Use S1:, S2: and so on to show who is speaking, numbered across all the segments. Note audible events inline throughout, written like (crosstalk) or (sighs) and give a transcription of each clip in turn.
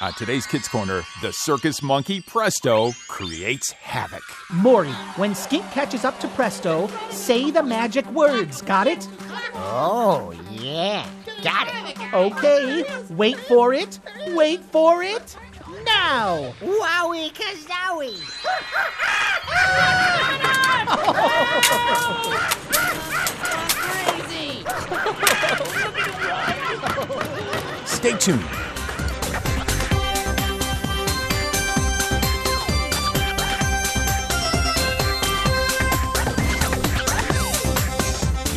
S1: On today's Kids Corner, the circus monkey Presto creates havoc.
S2: Maury, when Skink catches up to Presto, say the magic words. Got it?
S3: Oh, yeah. Got it.
S2: Okay. Wait for it. Wait for it. Now.
S3: Wowie kazowie.
S4: Crazy!
S1: Stay tuned.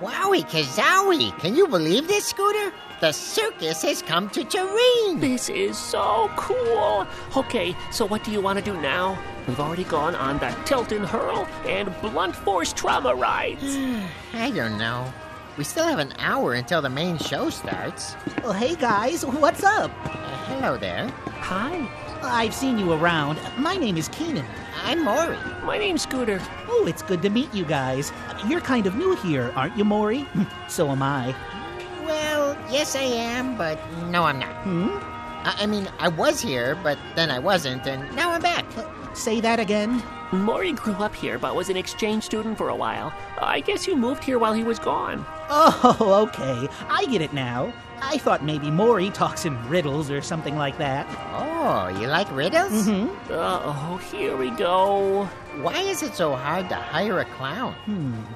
S3: Wowie kazowie. Can you believe this, Scooter? The circus has come to Turin.
S5: This is so cool. Okay, so what do you want to do now? We've already gone on the tilt and hurl and blunt force trauma rides.
S3: I don't know. We still have an hour until the main show starts.
S2: Well, hey, guys, what's up?
S3: Uh, hello there.
S5: Hi,
S2: I've seen you around. My name is Keenan.
S3: I'm Maury.
S5: my name's Scooter.
S2: Oh, it's good to meet you guys. You're kind of new here, aren't you, Maury? (laughs) so am I.
S3: Well, yes, I am, but no, I'm not. Hmm? I, I mean, I was here, but then I wasn't, and now I'm back.
S2: Say that again.
S5: Maury grew up here but was an exchange student for a while. I guess you moved here while he was gone.
S2: Oh, okay. I get it now. I thought maybe Maury talks in riddles or something like that.
S3: Oh, you like riddles?
S2: Mm-hmm.
S5: Uh oh, here we go.
S3: Why is it so hard to hire a clown?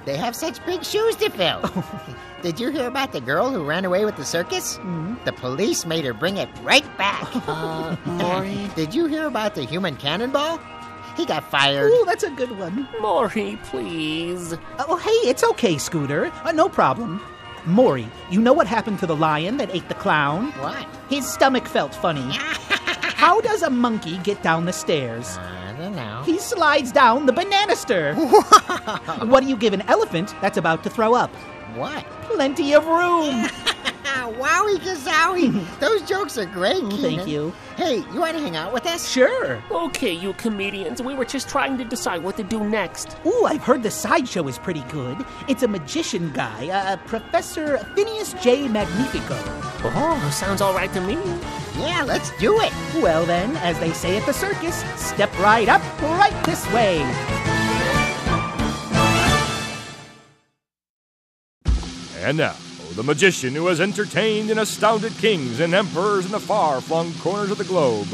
S3: They have such big shoes to fill.
S2: (laughs)
S3: Did you hear about the girl who ran away with the circus?
S2: Mm-hmm.
S3: The police made her bring it right
S2: (laughs)
S3: back.
S5: Uh, Maury.
S3: (laughs) Did you hear about the human cannonball? He got fired.
S2: Ooh, that's a good one.
S5: Maury, please.
S2: Oh, hey, it's okay, Scooter. Uh, no problem. Maury, you know what happened to the lion that ate the clown?
S3: What?
S2: His stomach felt (laughs) funny. How does a monkey get down the stairs?
S3: I don't know.
S2: He slides down the bananister. what do you give an elephant that's about to throw up?
S3: What?
S2: Plenty of (laughs) room.
S3: Wowie
S2: (laughs)
S3: kazowie! Those jokes are great.
S2: Thank
S3: Keenan.
S2: you.
S3: Hey, you want to hang out with us?
S2: Sure.
S5: Okay, you comedians, we were just trying to decide what to do next.
S2: Ooh, I've heard the sideshow is pretty good. It's a magician guy, uh, Professor Phineas J. Magnifico.
S5: Oh, sounds all right to me.
S3: Yeah, let's do it.
S2: Well, then, as they say at the circus, step right up, right this way.
S6: And now, the magician who has entertained and astounded kings and emperors in the far flung corners of the globe,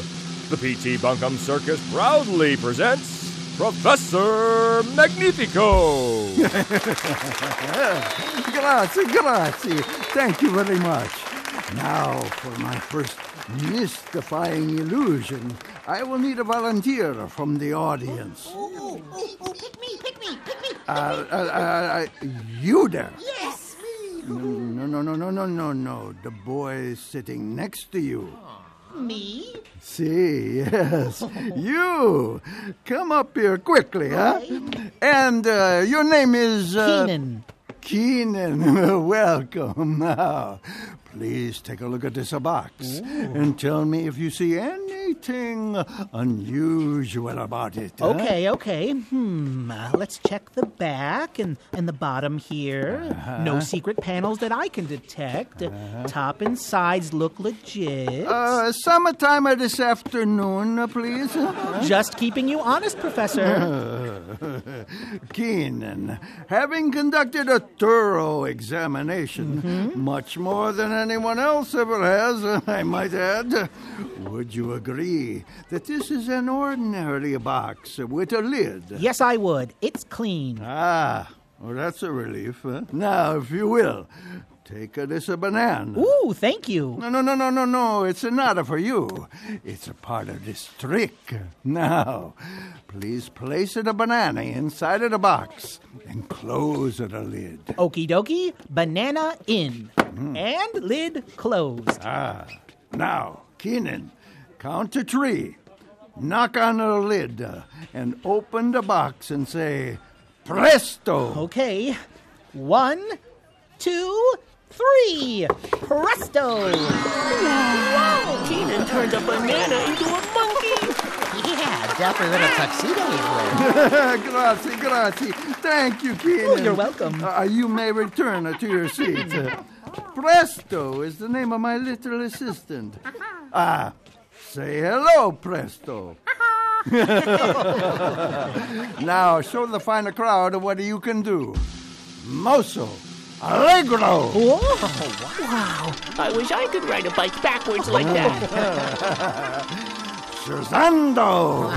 S6: the P.T. Bunkum Circus proudly presents Professor Magnifico!
S7: Grazie, grazie. Thank you very much. Now, for my first mystifying illusion, I will need a volunteer from the audience.
S8: Ooh, ooh, ooh, pick me, pick me, pick me.
S7: Uh, uh, uh, uh, you there.
S8: Yes, me.
S7: No, no, no, no, no, no, no. The boy sitting next to you.
S2: Me?
S7: See, (laughs) yes. you. Come up here quickly, huh? And uh, your name is. Uh,
S2: Keenan.
S7: Keenan, (laughs) welcome. Now, please take a look at this box and tell me if you see anything unusual about it. huh?
S2: Okay, okay. Hmm. uh, let's check the back and, and the bottom here. No secret panels that I can detect. Top and sides look legit.
S7: Uh, sometime uh, this afternoon, uh, please.
S2: Just keeping you honest, Professor.
S7: Keenan, having conducted a thorough examination, much more than anyone else ever has, (laughs) I might add, would you agree that this is an ordinary box with a lid?
S2: yes, I would. It's clean.
S7: Ah, well, that's a relief. Huh? Now, if you will, take a, this a banana.
S2: Ooh, thank you.
S7: No, no, no, no, no, no. It's not for you. It's a part of this trick. Now, please place the banana inside of the box and close the lid.
S2: Okie dokie, banana in. And lid closed.
S7: Ah, now, Keenan, Count to three, knock on the lid, uh, and open the box and say, Presto!
S2: Okay. One, two, three. Presto!
S5: Keenan turned a banana into a monkey.
S3: Yeah, dapper little tuxedo he's wearing.
S7: Uh, grazie, grazie. Thank you, Keenan.
S2: Oh, you're welcome.
S7: Uh, you may return to your seat. Uh, Presto is the name of my little assistant. Ah, say hello, Presto. now show the finer crowd what you can do. Mosso, allegro.
S5: I wish I could ride a bike backwards like that.
S7: Scherzando!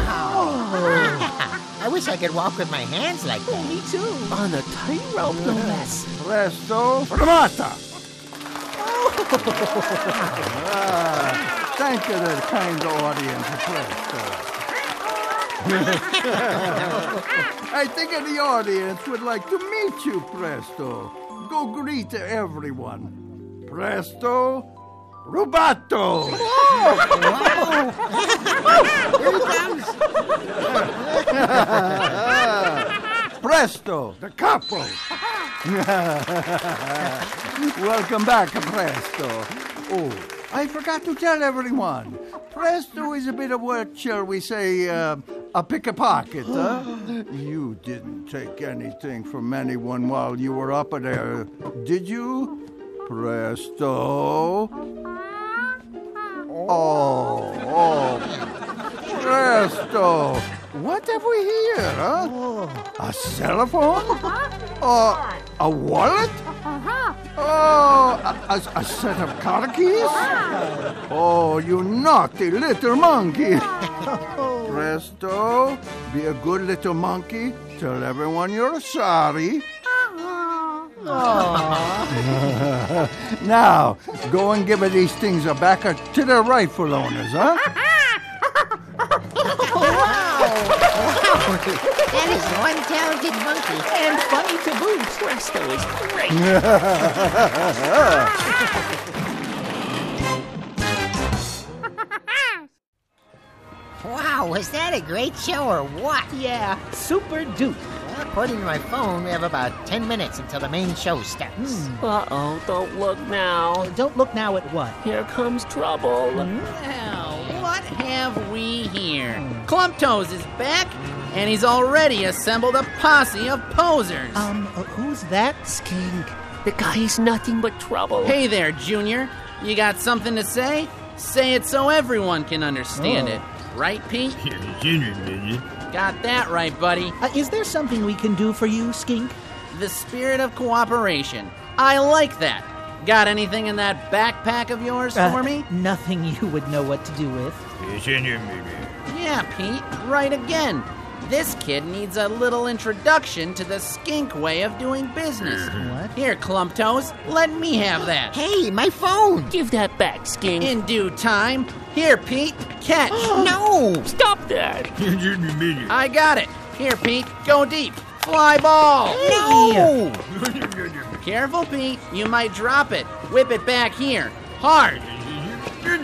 S3: I wish I could walk with my hands like that.
S2: Me too.
S5: On a tightrope, no less.
S7: Presto, fermata! Ah, thank you, the kind audience, Presto. (laughs) I think the audience would like to meet you, Presto. Go greet everyone. Presto, rubato! (laughs) Presto, the capo. Welcome back, Presto. Oh, I forgot to tell everyone. Presto is a bit of what, shall we say, uh, a pickpocket. Huh? you didn't take anything from anyone while you were up there, did you? Presto. Oh, oh. Presto. What have we here, huh? A cell phone? Uh, a wallet? Oh, a, a- a set of car keys? Oh, you naughty little monkey. Presto, be a good little monkey. Tell everyone you're sorry. (laughs) now, go and give these things a back to the rightful owners, huh?
S3: That is one talented monkey.
S5: And funny to boot. Presto is great.
S3: Wow, was that a great show or what?
S2: Yeah, super dupe.
S3: Well, according to my phone, we have about 10 minutes until the main show starts.
S5: Uh-oh, don't look now.
S2: Hmm, Don't look now at what?
S5: Here comes trouble.
S4: Well, what have we here? Clumptoes is back, and he's already assembled a posse of posers.
S2: Um, uh, who's that?
S5: Skink, the guy is nothing but trouble.
S4: hey there, Junior. You got something to say? Say it so everyone can understand it. Right, Pete? Got that right, buddy.
S2: Uh, is there something we can do for you, Skink?
S4: The spirit of cooperation. I like that. Got anything in that backpack of yours
S2: Uh,
S4: for me?
S2: Nothing you would know what to do with.
S4: Yeah, Pete, right again. This kid needs a little introduction to the skink way of doing business.
S2: What?
S4: Here, Clumptoes, let me have that.
S3: Hey, my phone!
S5: Give that back, Skink.
S4: In due time. Here, Pete, catch.
S3: (gasps) No!
S5: Stop that.
S4: I got it. Here, Pete, go deep. Fly ball.
S3: (laughs) No!
S4: Careful, Pete. You might drop it. Whip it back here. Hard.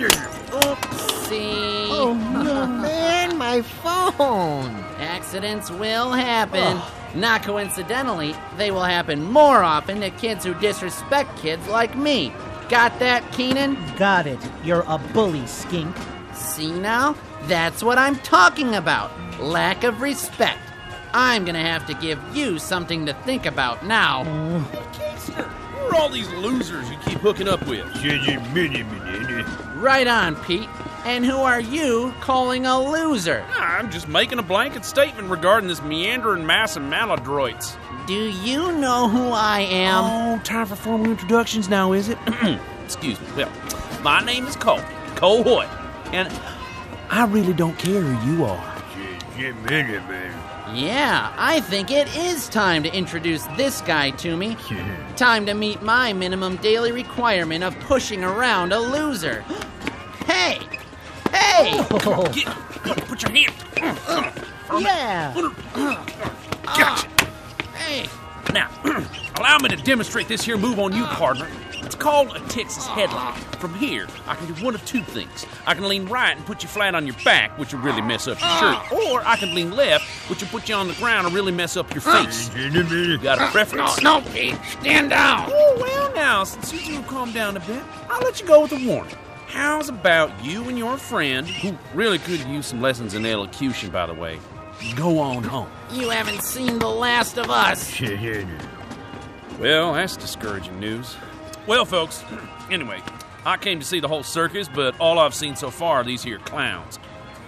S4: Oopsie.
S3: Oh, Man, my phone!
S4: Accidents will happen. Not coincidentally, they will happen more often to kids who disrespect kids like me. Got that, Keenan?
S2: Got it. You're a bully, Skink.
S4: See now? That's what I'm talking about. Lack of respect. I'm gonna have to give you something to think about now.
S9: Who are all these losers you keep hooking up with?
S4: Right on, Pete. And who are you calling a loser?
S9: I'm just making a blanket statement regarding this meandering mass of maladroits.
S4: Do you know who I am?
S9: Oh, time for formal introductions now, is it? Excuse me. Well, my name is Cole. Cole Hoyt. And I really don't care who you are.
S4: Yeah, I think it is time to introduce this guy to me. Time to meet my minimum daily requirement of pushing around a loser. Hey!
S10: Oh,
S4: Hey!
S9: Get, put your hand.
S2: Yeah.
S9: Gotcha.
S4: Hey!
S9: (clears throat) Now, allow me to demonstrate this here move on you, partner. It's called a Texas headlock. From here, I can do one of two things. I can lean right and put you flat on your back, which will really mess up your
S10: Ah.
S9: shirt. Or I can lean left, which will put you on the ground and really mess up your face. You got a preference?
S10: No, no, Pete, stand down.
S9: Oh, well, now, since you two calm down a bit, I'll let you go with a warning. How's about you and your friend, who really could use some lessons in elocution, by the way, go on home?
S4: You haven't seen the last of us.
S9: Well, that's discouraging news. Well, folks, (clears throat) anyway, I came to see the whole circus, but all I've seen so far are these here clowns.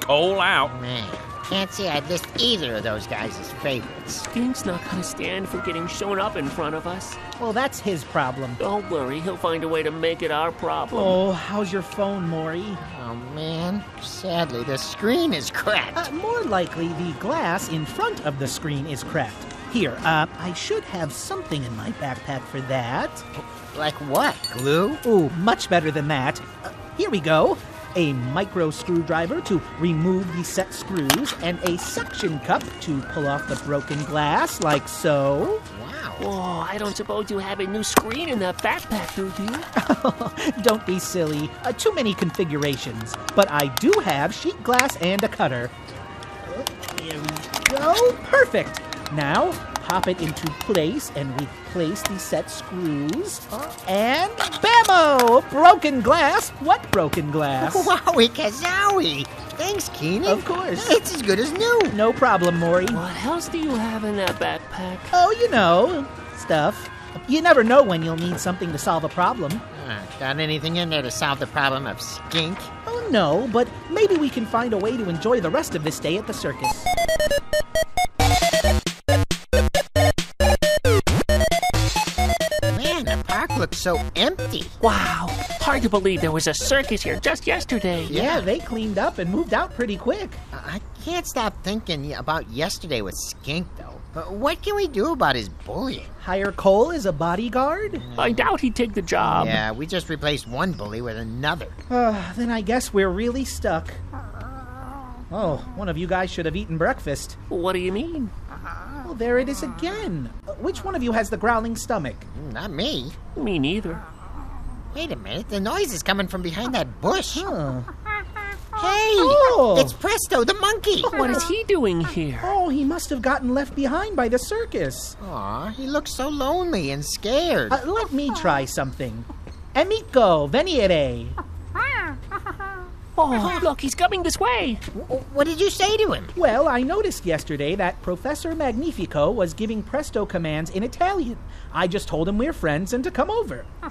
S9: Cole out.
S3: Man, can't say I'd list either of those guys as favorites.
S5: Sting's not gonna stand for getting shown up in front of us.
S2: Well, that's his problem.
S5: Don't worry, he'll find a way to make it our problem.
S2: Oh, how's your phone, Maury?
S3: Oh, man. Sadly, the screen is cracked.
S2: Uh, more likely, the glass in front of the screen is cracked. Here, uh, I should have something in my backpack for that.
S3: Like what? Glue?
S2: Ooh, much better than that. Uh, here we go. A micro screwdriver to remove the set screws, and a suction cup to pull off the broken glass, like so.
S5: Whoa, I don't suppose you have a new screen in that backpack, do you?
S2: (laughs) Don't be silly. Uh, too many configurations. But I do have sheet glass and a cutter. There we go. Perfect. Now, pop it into place and replace the set screws. And bammo! Broken glass. What broken glass?
S3: (laughs) Wowie kazowie! Thanks, Keenan.
S2: Uh, Of course.
S3: It's as good as new.
S2: No problem, Maury.
S5: What else do you have in that backpack?
S2: Oh, you know, stuff. You never know when you'll need something to solve a problem.
S3: Uh, got anything in there to solve the problem of skink?
S2: Oh no, but maybe we can find a way to enjoy the rest of this day at the circus.
S3: Man, the park looks so empty.
S5: Wow, hard to believe there was a circus here just yesterday.
S2: Yeah, they cleaned up and moved out pretty quick.
S3: I I can't stop thinking about yesterday with Skink, though. But what can we do about his bullying?
S2: Hire Cole as a bodyguard?
S5: I doubt he'd take the job.
S3: yeah, we just replaced one bully with another.
S2: Uh, (sighs) then I guess we're really stuck. Oh, one of you guys should have eaten breakfast.
S5: What do you mean?
S2: Well, there it is again. Uh, Which one of you has the growling stomach?
S3: Hmm, Not me.
S5: Me neither.
S3: Wait a minute, the noise is coming from behind that bush.
S2: Huh.
S3: Hey,
S2: Oh.
S3: it's Presto the monkey.
S5: What is he doing here?
S2: Oh, he must have gotten left behind by the circus.
S3: Aw, he looks so lonely and scared.
S2: Uh, let me try something. Amico, venire.
S5: Oh, look, he's coming this way.
S3: what did you say to him?
S2: Well, I noticed yesterday that Professor Magnifico was giving Presto commands in Italian. I just told him we're friends and to come over. Uh,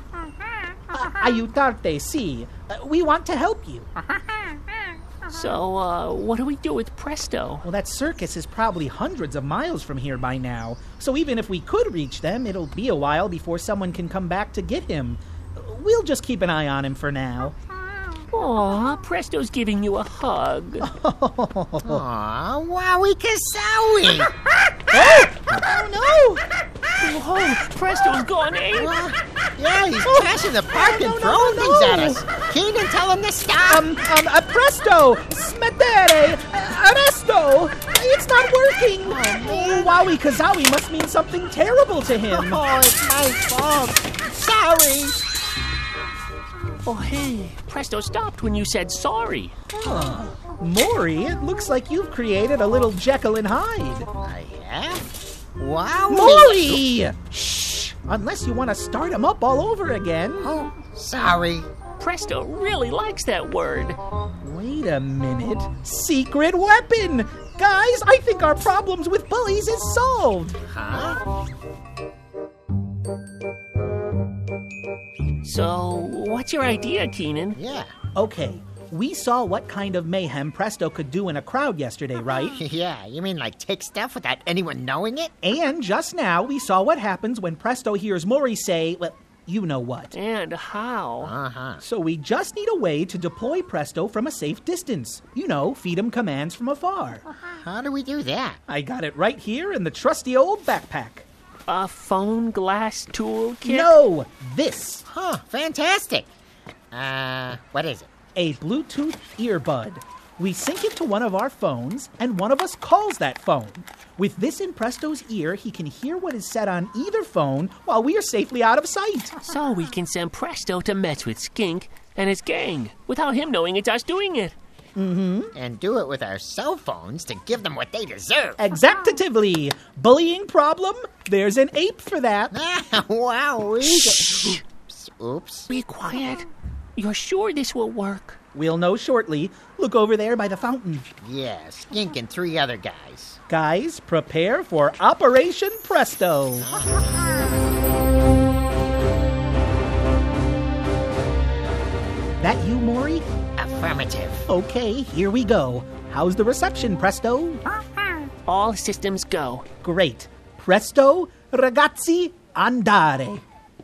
S2: Aiutarte, si. Uh, we want to help you.
S5: So, uh, what do we do with Presto?
S2: Well, that circus is probably hundreds of miles from here by now, so even if we could reach them, it'll be a while before someone can come back to get him. We'll just keep an eye on him for now.
S5: Aw, Presto's giving you a hug. (laughs)
S3: Aw, wowie
S2: (laughs)
S3: kazowie.
S2: Oh, no!
S5: Whoa, Oh, Presto's gone eh? ape.
S3: Well, yeah, he's crashing the park and throwing
S2: no,
S3: things
S2: no.
S3: at us. Keenan, tell him to stop.
S2: Um, um, uh, presto! Smettere! uh, Arresto! It's not working! Oh, Wowie Kazawi must mean something terrible to him.
S3: (laughs) oh, it's my fault. Sorry.
S5: Oh, hey, Presto stopped when you said sorry.
S2: Maury, it looks like you've created a little Jekyll and Hyde.
S3: I have? Wow.
S2: Maury! Shh! Unless you want to start him up all over again.
S3: Oh, sorry.
S5: Presto really likes that word.
S2: Wait a minute. Secret weapon! Guys, I think our problems with bullies is solved!
S5: So, what's your idea, Keenan?
S3: Yeah.
S2: Okay, we saw what kind of mayhem Presto could do in a crowd yesterday, right?
S3: (laughs) Yeah, you mean like take stuff without anyone knowing it?
S2: And just now, we saw what happens when Presto hears Maury say, well, you know what.
S5: And how?
S3: Uh huh.
S2: So we just need a way to deploy Presto from a safe distance. You know, feed him commands from afar.
S3: How do we do that?
S2: I got it right here in the trusty old backpack.
S5: A phone glass toolkit?
S2: No, this.
S3: Huh, fantastic. Uh, what is it?
S2: A Bluetooth earbud. We sync it to one of our phones, and one of us calls that phone. With this in Presto's ear, he can hear what is said on either phone while we are safely out of sight.
S5: So we can send Presto to mess with Skink and his gang without him knowing it's us doing it.
S3: Mm-hmm. And do it with our cell phones to give them what they deserve. (laughs)
S2: Exactatively. Bullying problem? There's an ape for that.
S3: wow. Shh.
S5: Oops, oops. Be quiet. You're sure this will work?
S2: We'll know shortly. Look over there by the fountain.
S3: Yeah, Skink and three other guys.
S2: Guys, prepare for Operation Presto. that you, Maury?
S3: Affirmative.
S2: Okay, here we go. How's the reception, Presto?
S5: All systems go.
S2: Great. Presto, ragazzi, andare.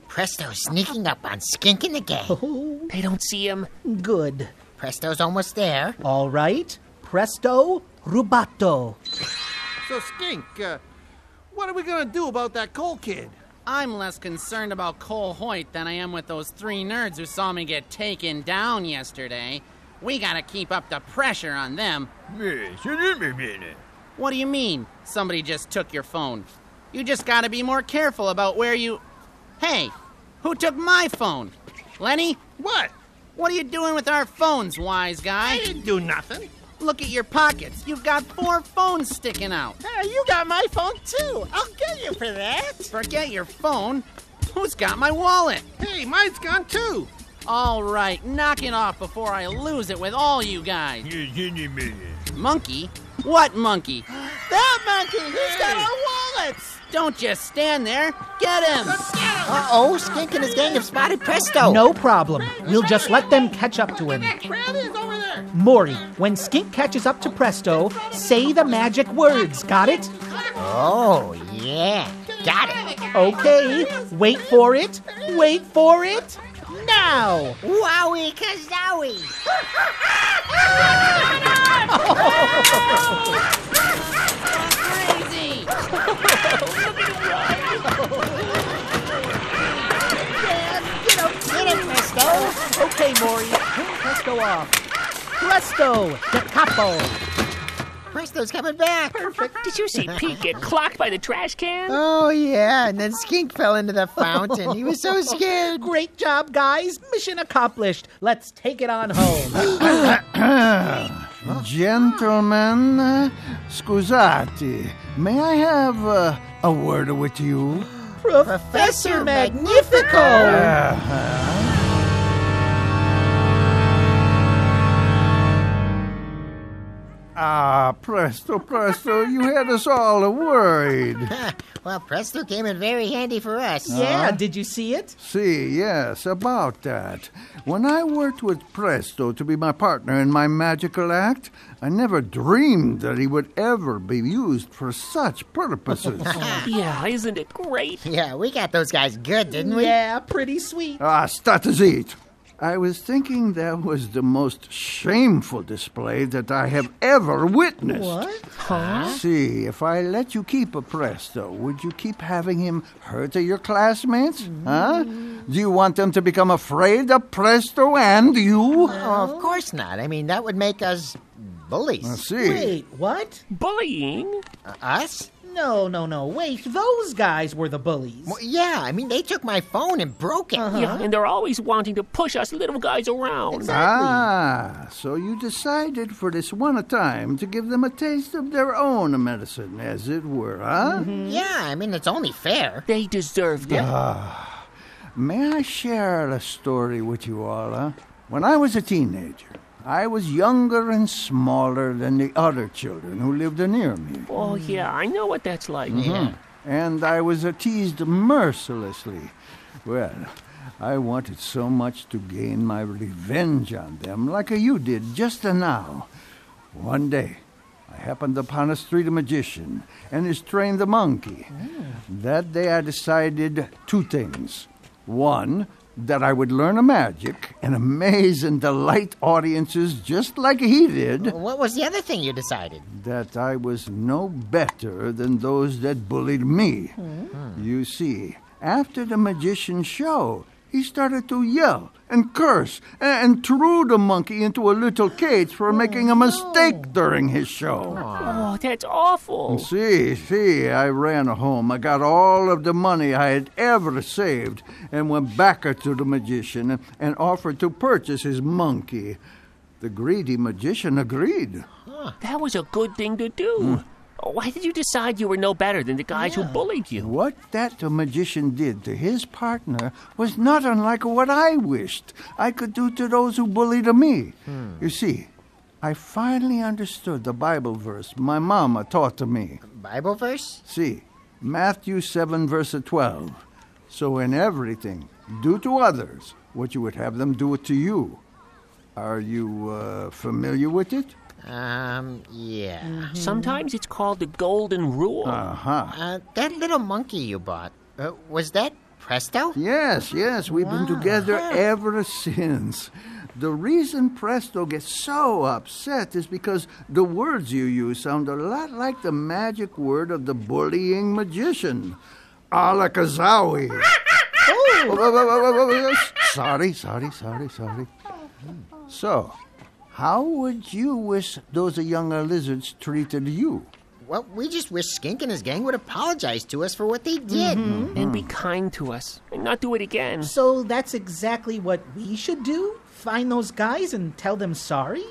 S3: Presto's sneaking up on Skink and the gang.
S5: Oh. They don't see him.
S2: Good.
S3: Presto's almost there.
S2: All right. Presto, rubato.
S11: So, Skink, uh, what are we going to do about that Cole kid?
S4: I'm less concerned about Cole Hoyt than I am with those three nerds who saw me get taken down yesterday. We gotta keep up the pressure on them. What do you mean? Somebody just took your phone. You just gotta be more careful about where you. Hey, who took my phone? Lenny?
S11: What?
S4: What are you doing with our phones, wise guy?
S11: I didn't do nothing.
S4: Look at your pockets. You've got four phones sticking out.
S11: Hey, you got my phone too. I'll get you for that.
S4: Forget your phone. Who's got my wallet?
S11: Hey, mine's gone too.
S4: All right, knock it off before I lose it with all you guys. monkey? What monkey?
S11: (gasps) that monkey! He's got our wallets!
S4: Don't just stand there. Get him!
S3: Uh oh, Skink and his gang have spotted Presto.
S2: No problem. We'll just let them catch up to him. Maury, when Skink catches up to Presto, say the magic words. Got it?
S3: Oh, yeah. Got it.
S2: Okay, wait for it. Wait for it. Now!
S3: Wowie kazowie!
S4: Crazy!
S3: Get him, Presto!
S2: Okay, Maury, turn Presto off. Presto, the capo.
S3: Presto's coming back!
S5: Perfect. Did you see Pete get clocked by the trash can?
S3: Oh, yeah, and then Skink fell into the fountain. He was so scared. (laughs)
S2: Great job, guys. Mission accomplished. Let's take it on home.
S7: Gentlemen, uh, scusate, may I have uh, a word with you?
S2: Professor Magnifico!
S7: Ah, presto, presto, you had us all worried.
S3: well, Presto came in very handy for us.
S2: Yeah, did you see it?
S7: See, yes, about that. When I worked with Presto to be my partner in my magical act, I never dreamed that he would ever be used for such purposes.
S5: yeah, isn't it great?
S3: Yeah, we got those guys good, didn't we?
S2: Yeah, pretty
S3: Uh-huh.
S2: sweet.
S7: Ah, start to eat. I was thinking that was the most shameful display that I have ever witnessed.
S2: What?
S7: See, if I let you keep a presto, would you keep having him hurt your classmates? Huh?
S2: Mm.
S7: Do you want them to become afraid of presto and you?
S2: Uh,
S3: Oh, of course not. I mean, that would make us
S7: Uh,
S3: bullies.
S7: see.
S2: Wait, what?
S5: Bullying?
S3: Uh, us?
S2: No, no, no. Wait, those guys were the bullies.
S3: Well, yeah, I mean, they took my phone and broke it.
S5: Yeah, and they're always wanting to push us little guys around.
S7: Ah, so you decided for this one time to give them a taste of their own medicine, as it were, huh?
S2: Mm-hmm.
S3: Yeah, I mean, it's only fair.
S5: They deserved it.
S7: May I share a story with you all? Huh? When I was a teenager, I was younger and smaller than the other children who lived near me.
S5: Oh, yeah, I know what that's like.
S7: and I was uh, teased mercilessly. Well, I wanted so much to gain my revenge on them, like you did just now. One day, I happened upon a street magician and his trained monkey. That day, I decided two things. One, that I would learn a magic and amaze and delight audiences just like he did
S3: What was the other thing you decided?
S7: that I was no better than those that bullied me. You see, after the magician's show, he started to yell and curse a- and threw the monkey into a little cage for making a mistake during his show.
S5: Oh, that's awful.
S7: See, see, I ran home. I got all of the money I had ever saved and went back to the magician and- and offered to purchase his monkey. The greedy magician agreed.
S5: That was a good thing to do. Oh, Why did you decide you were no better than the guys who bullied you?
S7: What that the magician did to his partner was not unlike what I wished I could do to those who bullied me. You see, I finally understood the Bible verse my mama taught to me.
S3: Bible verse?
S7: See, Matthew 7, verse 12. So in everything, do to others what you would have them do to you. Are you uh, familiar with it?
S3: Um, yeah.
S5: Sometimes it's called the golden rule.
S7: Uh-huh.
S3: Uh, that little monkey you bought, uh, was that Presto?
S7: Yes, yes, we've been together ever since. The reason Presto gets so upset is because the words you use sound a lot like the magic word of the bullying magician, Alakazawi. oh, whoa, whoa, whoa, whoa, whoa, whoa. sorry, sorry, sorry, sorry. So, how would you wish those younger lizards treated you?
S3: Well, we just wish Skink and his gang would apologize to us for what they did.
S5: And be kind to us. And not do it again.
S2: So that's exactly what we should do? Find those guys and tell them sorry?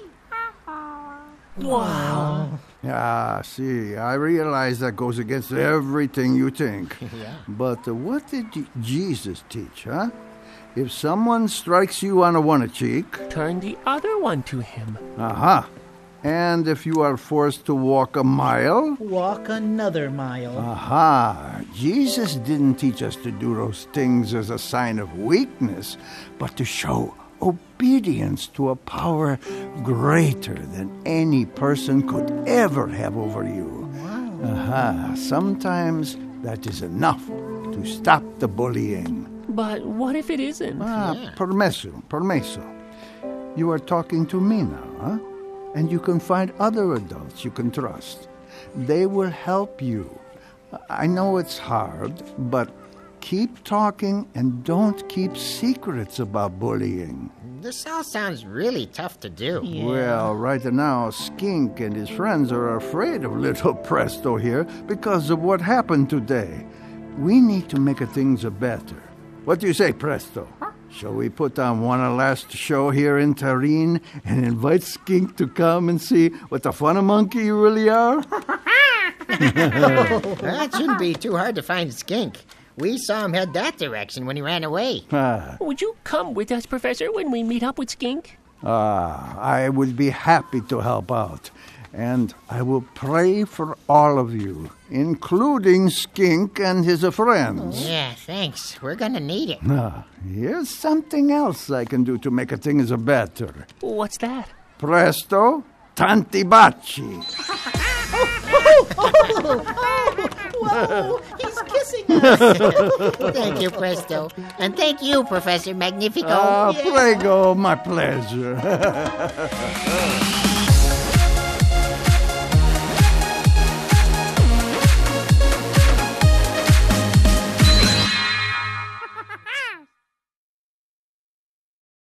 S5: Wow.
S7: Ah, see, I realize that goes against everything you think.
S3: Yeah.
S7: But uh, what did Je- Jesus teach, huh? If someone strikes you on a one cheek,
S5: turn the other one to him.
S7: Aha. And if you are forced to walk a mile,
S2: Walk another mile.
S3: Ah.
S7: aha. Jesus didn't teach us to do those things as a sign of weakness, but to show obedience to a power greater than any person could ever have over you. Aha. Sometimes that is enough to stop the bullying.
S5: But what if it isn't?
S7: Ah, permesso, permesso. You are talking to me now, huh? And you can find other adults you can trust. They will help you. I know it's hard, but keep talking and don't keep secrets about bullying.
S3: This all sounds really tough to do.
S7: Well, right now, Skink and his friends are afraid of little (laughs) Presto here because of what happened today. We need to make things better. What do you say, Presto? Shall we put on one last show here in Tareen and invite Skink to come and see what a fun monkey you really are?
S3: That shouldn't be too hard to find Skink. We saw him head that direction when he ran away.
S7: Ah,
S5: Would you come with us, Professor, when we meet up with Skink?
S7: ah, I would be happy to help out. And I will pray for all of you, including Skink and his friends.
S3: Yeah, thanks. We're gonna need it.
S7: Ah, here's something else I can do to make a thing is a better.
S5: What's that?
S7: Presto, tanti baci.
S2: Oh, (laughs) Whoa, he's kissing us.
S3: Thank you, Presto. And thank you,
S7: Oh,
S3: Professor Magnifico.
S7: Ah, prego, my pleasure.